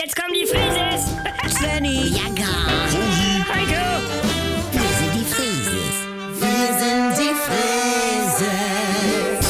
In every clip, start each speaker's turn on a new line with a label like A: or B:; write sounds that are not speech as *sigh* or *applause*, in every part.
A: Jetzt kommen die Frises! *laughs*
B: Svenny,
C: Ja, gar.
A: Heiko!
C: Wir sind die Frieses. Wir sind die Frieses.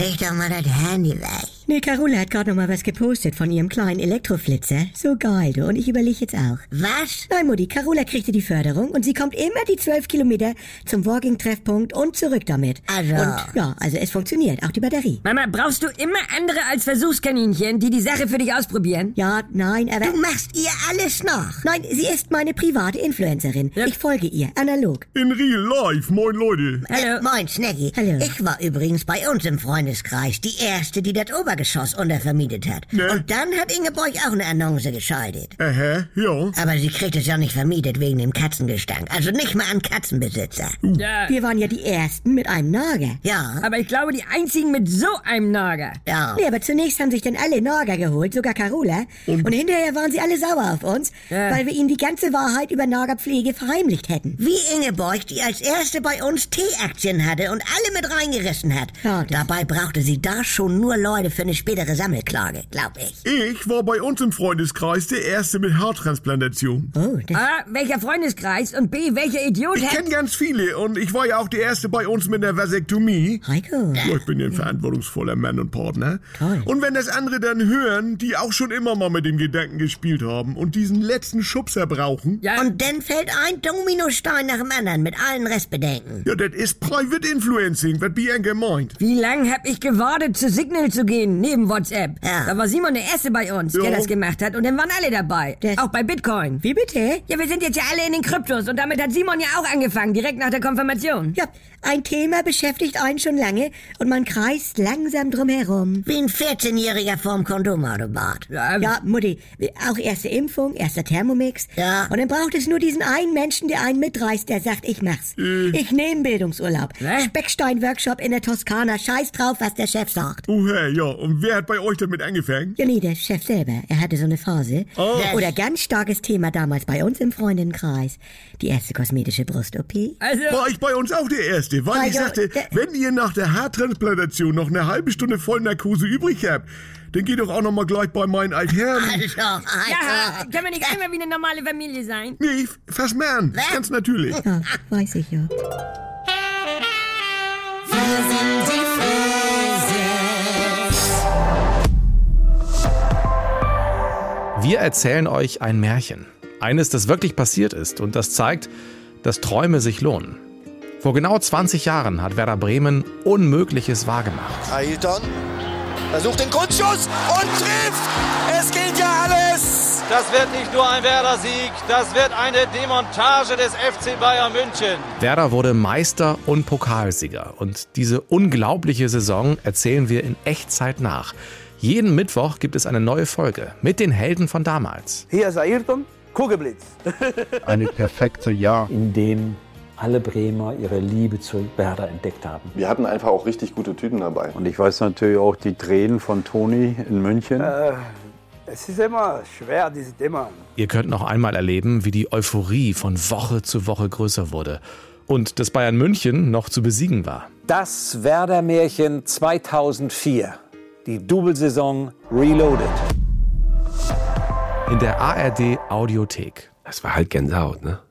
C: Leg doch mal das Handy weg.
B: ne, Carola hat gerade noch mal was gepostet von ihrem kleinen Elektroflitzer. So geil, du. Und ich überlege jetzt auch.
C: Was?
B: Nein, Mutti, Carola kriegte die Förderung und sie kommt immer die zwölf Kilometer zum Walking-Treffpunkt und zurück damit.
C: Also.
B: Und ja, also es funktioniert, auch die Batterie.
A: Mama, brauchst du immer andere als Versuchskaninchen, die die Sache für dich ausprobieren?
B: Ja, nein, aber...
C: Du machst ihr alles noch.
B: Nein, sie ist meine private Influencerin. Ich folge ihr, analog.
D: In real life, moin Leute.
A: Hallo.
C: Äh, moin, Snaggy.
B: Hallo.
C: Ich war übrigens bei uns im Freundeskreis die Erste, die das Obergeschoss untervermietet hat.
D: Ne? Äh.
C: Und dann hat Ingeborg auch eine Annonce geschaltet.
D: Aha, ja.
C: Aber sie kriegt es ja nicht vermietet wegen dem Katzengestank. Also nicht mal an Katzenbesitzer.
A: Ja.
B: Wir waren ja die Ersten mit einem Nager.
C: Ja,
A: Aber ich glaube, die einzigen mit so einem Nager.
C: ja.
B: Nee, aber zunächst haben sich dann alle Nager geholt, sogar Carola. Und, hinterher waren sie alle sauer auf uns,
A: Ja.
B: weil wir ihnen die ganze Wahrheit über Nagerpflege verheimlicht hätten.
C: Wie Ingeborg, die als erste bei uns Teeaktien hatte und alle mit reingerissen hat.
B: Ja, das-
C: Dabei brauchte sie da schon nur Leute für eine spätere Sammelklage, glaub ich.
D: Ich war bei uns im Freundeskreis der Erste mit Haartransplantation.
B: Oh, das,
A: A, welcher Freundeskreis und B, welcher Idiot
D: Ich
A: hat...
D: kenne ganz viele und ich war ja auch der Erste bei uns mit einer Vasektomie.
B: Heiko.
D: Ja, ich bin ja ein verantwortungsvoller Mann und Partner.
B: Toll.
D: Und wenn das andere dann hören, die auch schon immer mal mit dem Gedanken gespielt haben und diesen letzten Schubser brauchen,
B: Ähm,
A: Ja,
C: Und dann fällt ein Dominostein nach dem anderen mit allen Restbedenken.
D: ja, das ist Private Influencing, was Bianca meint.
A: wie lang hab ich gewartet, zu Signal zu gehen, neben WhatsApp?
C: Ja.
A: Da war Simon der Erste bei uns, der
D: Jo.
A: das gemacht hat. Und dann waren alle dabei.
B: Das-
A: Auch bei Bitcoin.
B: Wie bitte?
A: Ja, wir sind jetzt ja alle in den Kryptos und damit hat Simon ja auch angefangen, direkt nach der Konfirmation.
B: Ja, ein Thema beschäftigt einen schon lange und man kreist langsam drum herum.
C: Wie ein 14-Jähriger vorm Kondomautomat.
A: Ja,
B: Ja, Mutti, auch erste Impfung, erster Thermomix.
C: Ja.
B: Und dann braucht es nur diesen einen Menschen, der einen mitreißt, der sagt, ich mach's. Ich nehme Bildungsurlaub.
A: Hä?
B: Speckstein-Workshop in der Toskana, scheiß drauf, was der Chef sagt.
D: Oh, hey, ja. Und wer hat bei euch damit angefangen?
B: Ja, nee, der Chef selber. Er hatte so eine Phase. Oder ganz starkes Thema damals bei uns im Freundinnenkreis. Die erste kosmetische Brust-OP.
A: also...
D: War ich bei uns auch der Erste, weil ich
B: Also,
D: sagte,
B: der-
D: wenn ihr nach der Haartransplantation noch eine halbe Stunde Vollnarkose übrig habt, dann geht doch auch noch mal gleich bei meinen Altherren.
C: Also, also.
A: Ja, können wir nicht einmal wie eine normale Familie sein?
D: Nee, fass mal an, ganz natürlich.
B: Ja, weiß ich ja.
E: Wir erzählen euch ein Märchen. Eines, das wirklich passiert ist und das zeigt, dass Träume sich lohnen. Vor genau 20 Jahren hat Werder Bremen Unmögliches wahrgemacht.
F: Ailton versucht den Grundschuss und trifft. Es geht ja alles.
G: Das wird nicht nur ein Werder-Sieg, das wird eine Demontage des FC Bayern München.
E: Werder wurde Meister und Pokalsieger. Und diese unglaubliche Saison erzählen wir in Echtzeit nach. Jeden Mittwoch gibt es eine neue Folge mit den Helden von damals.
H: Hier ist Ayrton, Kugelblitz.
I: eine perfekte Jahr.
J: in dem alle Bremer ihre Liebe zu Werder entdeckt haben.
K: Wir hatten einfach auch richtig gute Typen dabei.
I: Und ich weiß natürlich auch die Tränen von Toni in München.
H: Es ist immer schwer, dieses Thema.
E: Ihr könnt noch einmal erleben, wie die Euphorie von Woche zu Woche größer wurde und dass Bayern München noch zu besiegen war.
J: Das Werder-Märchen 2004. Die Doublesaison Reloaded.
E: in der ARD Audiothek.
J: Das war halt Gänsehaut, ne?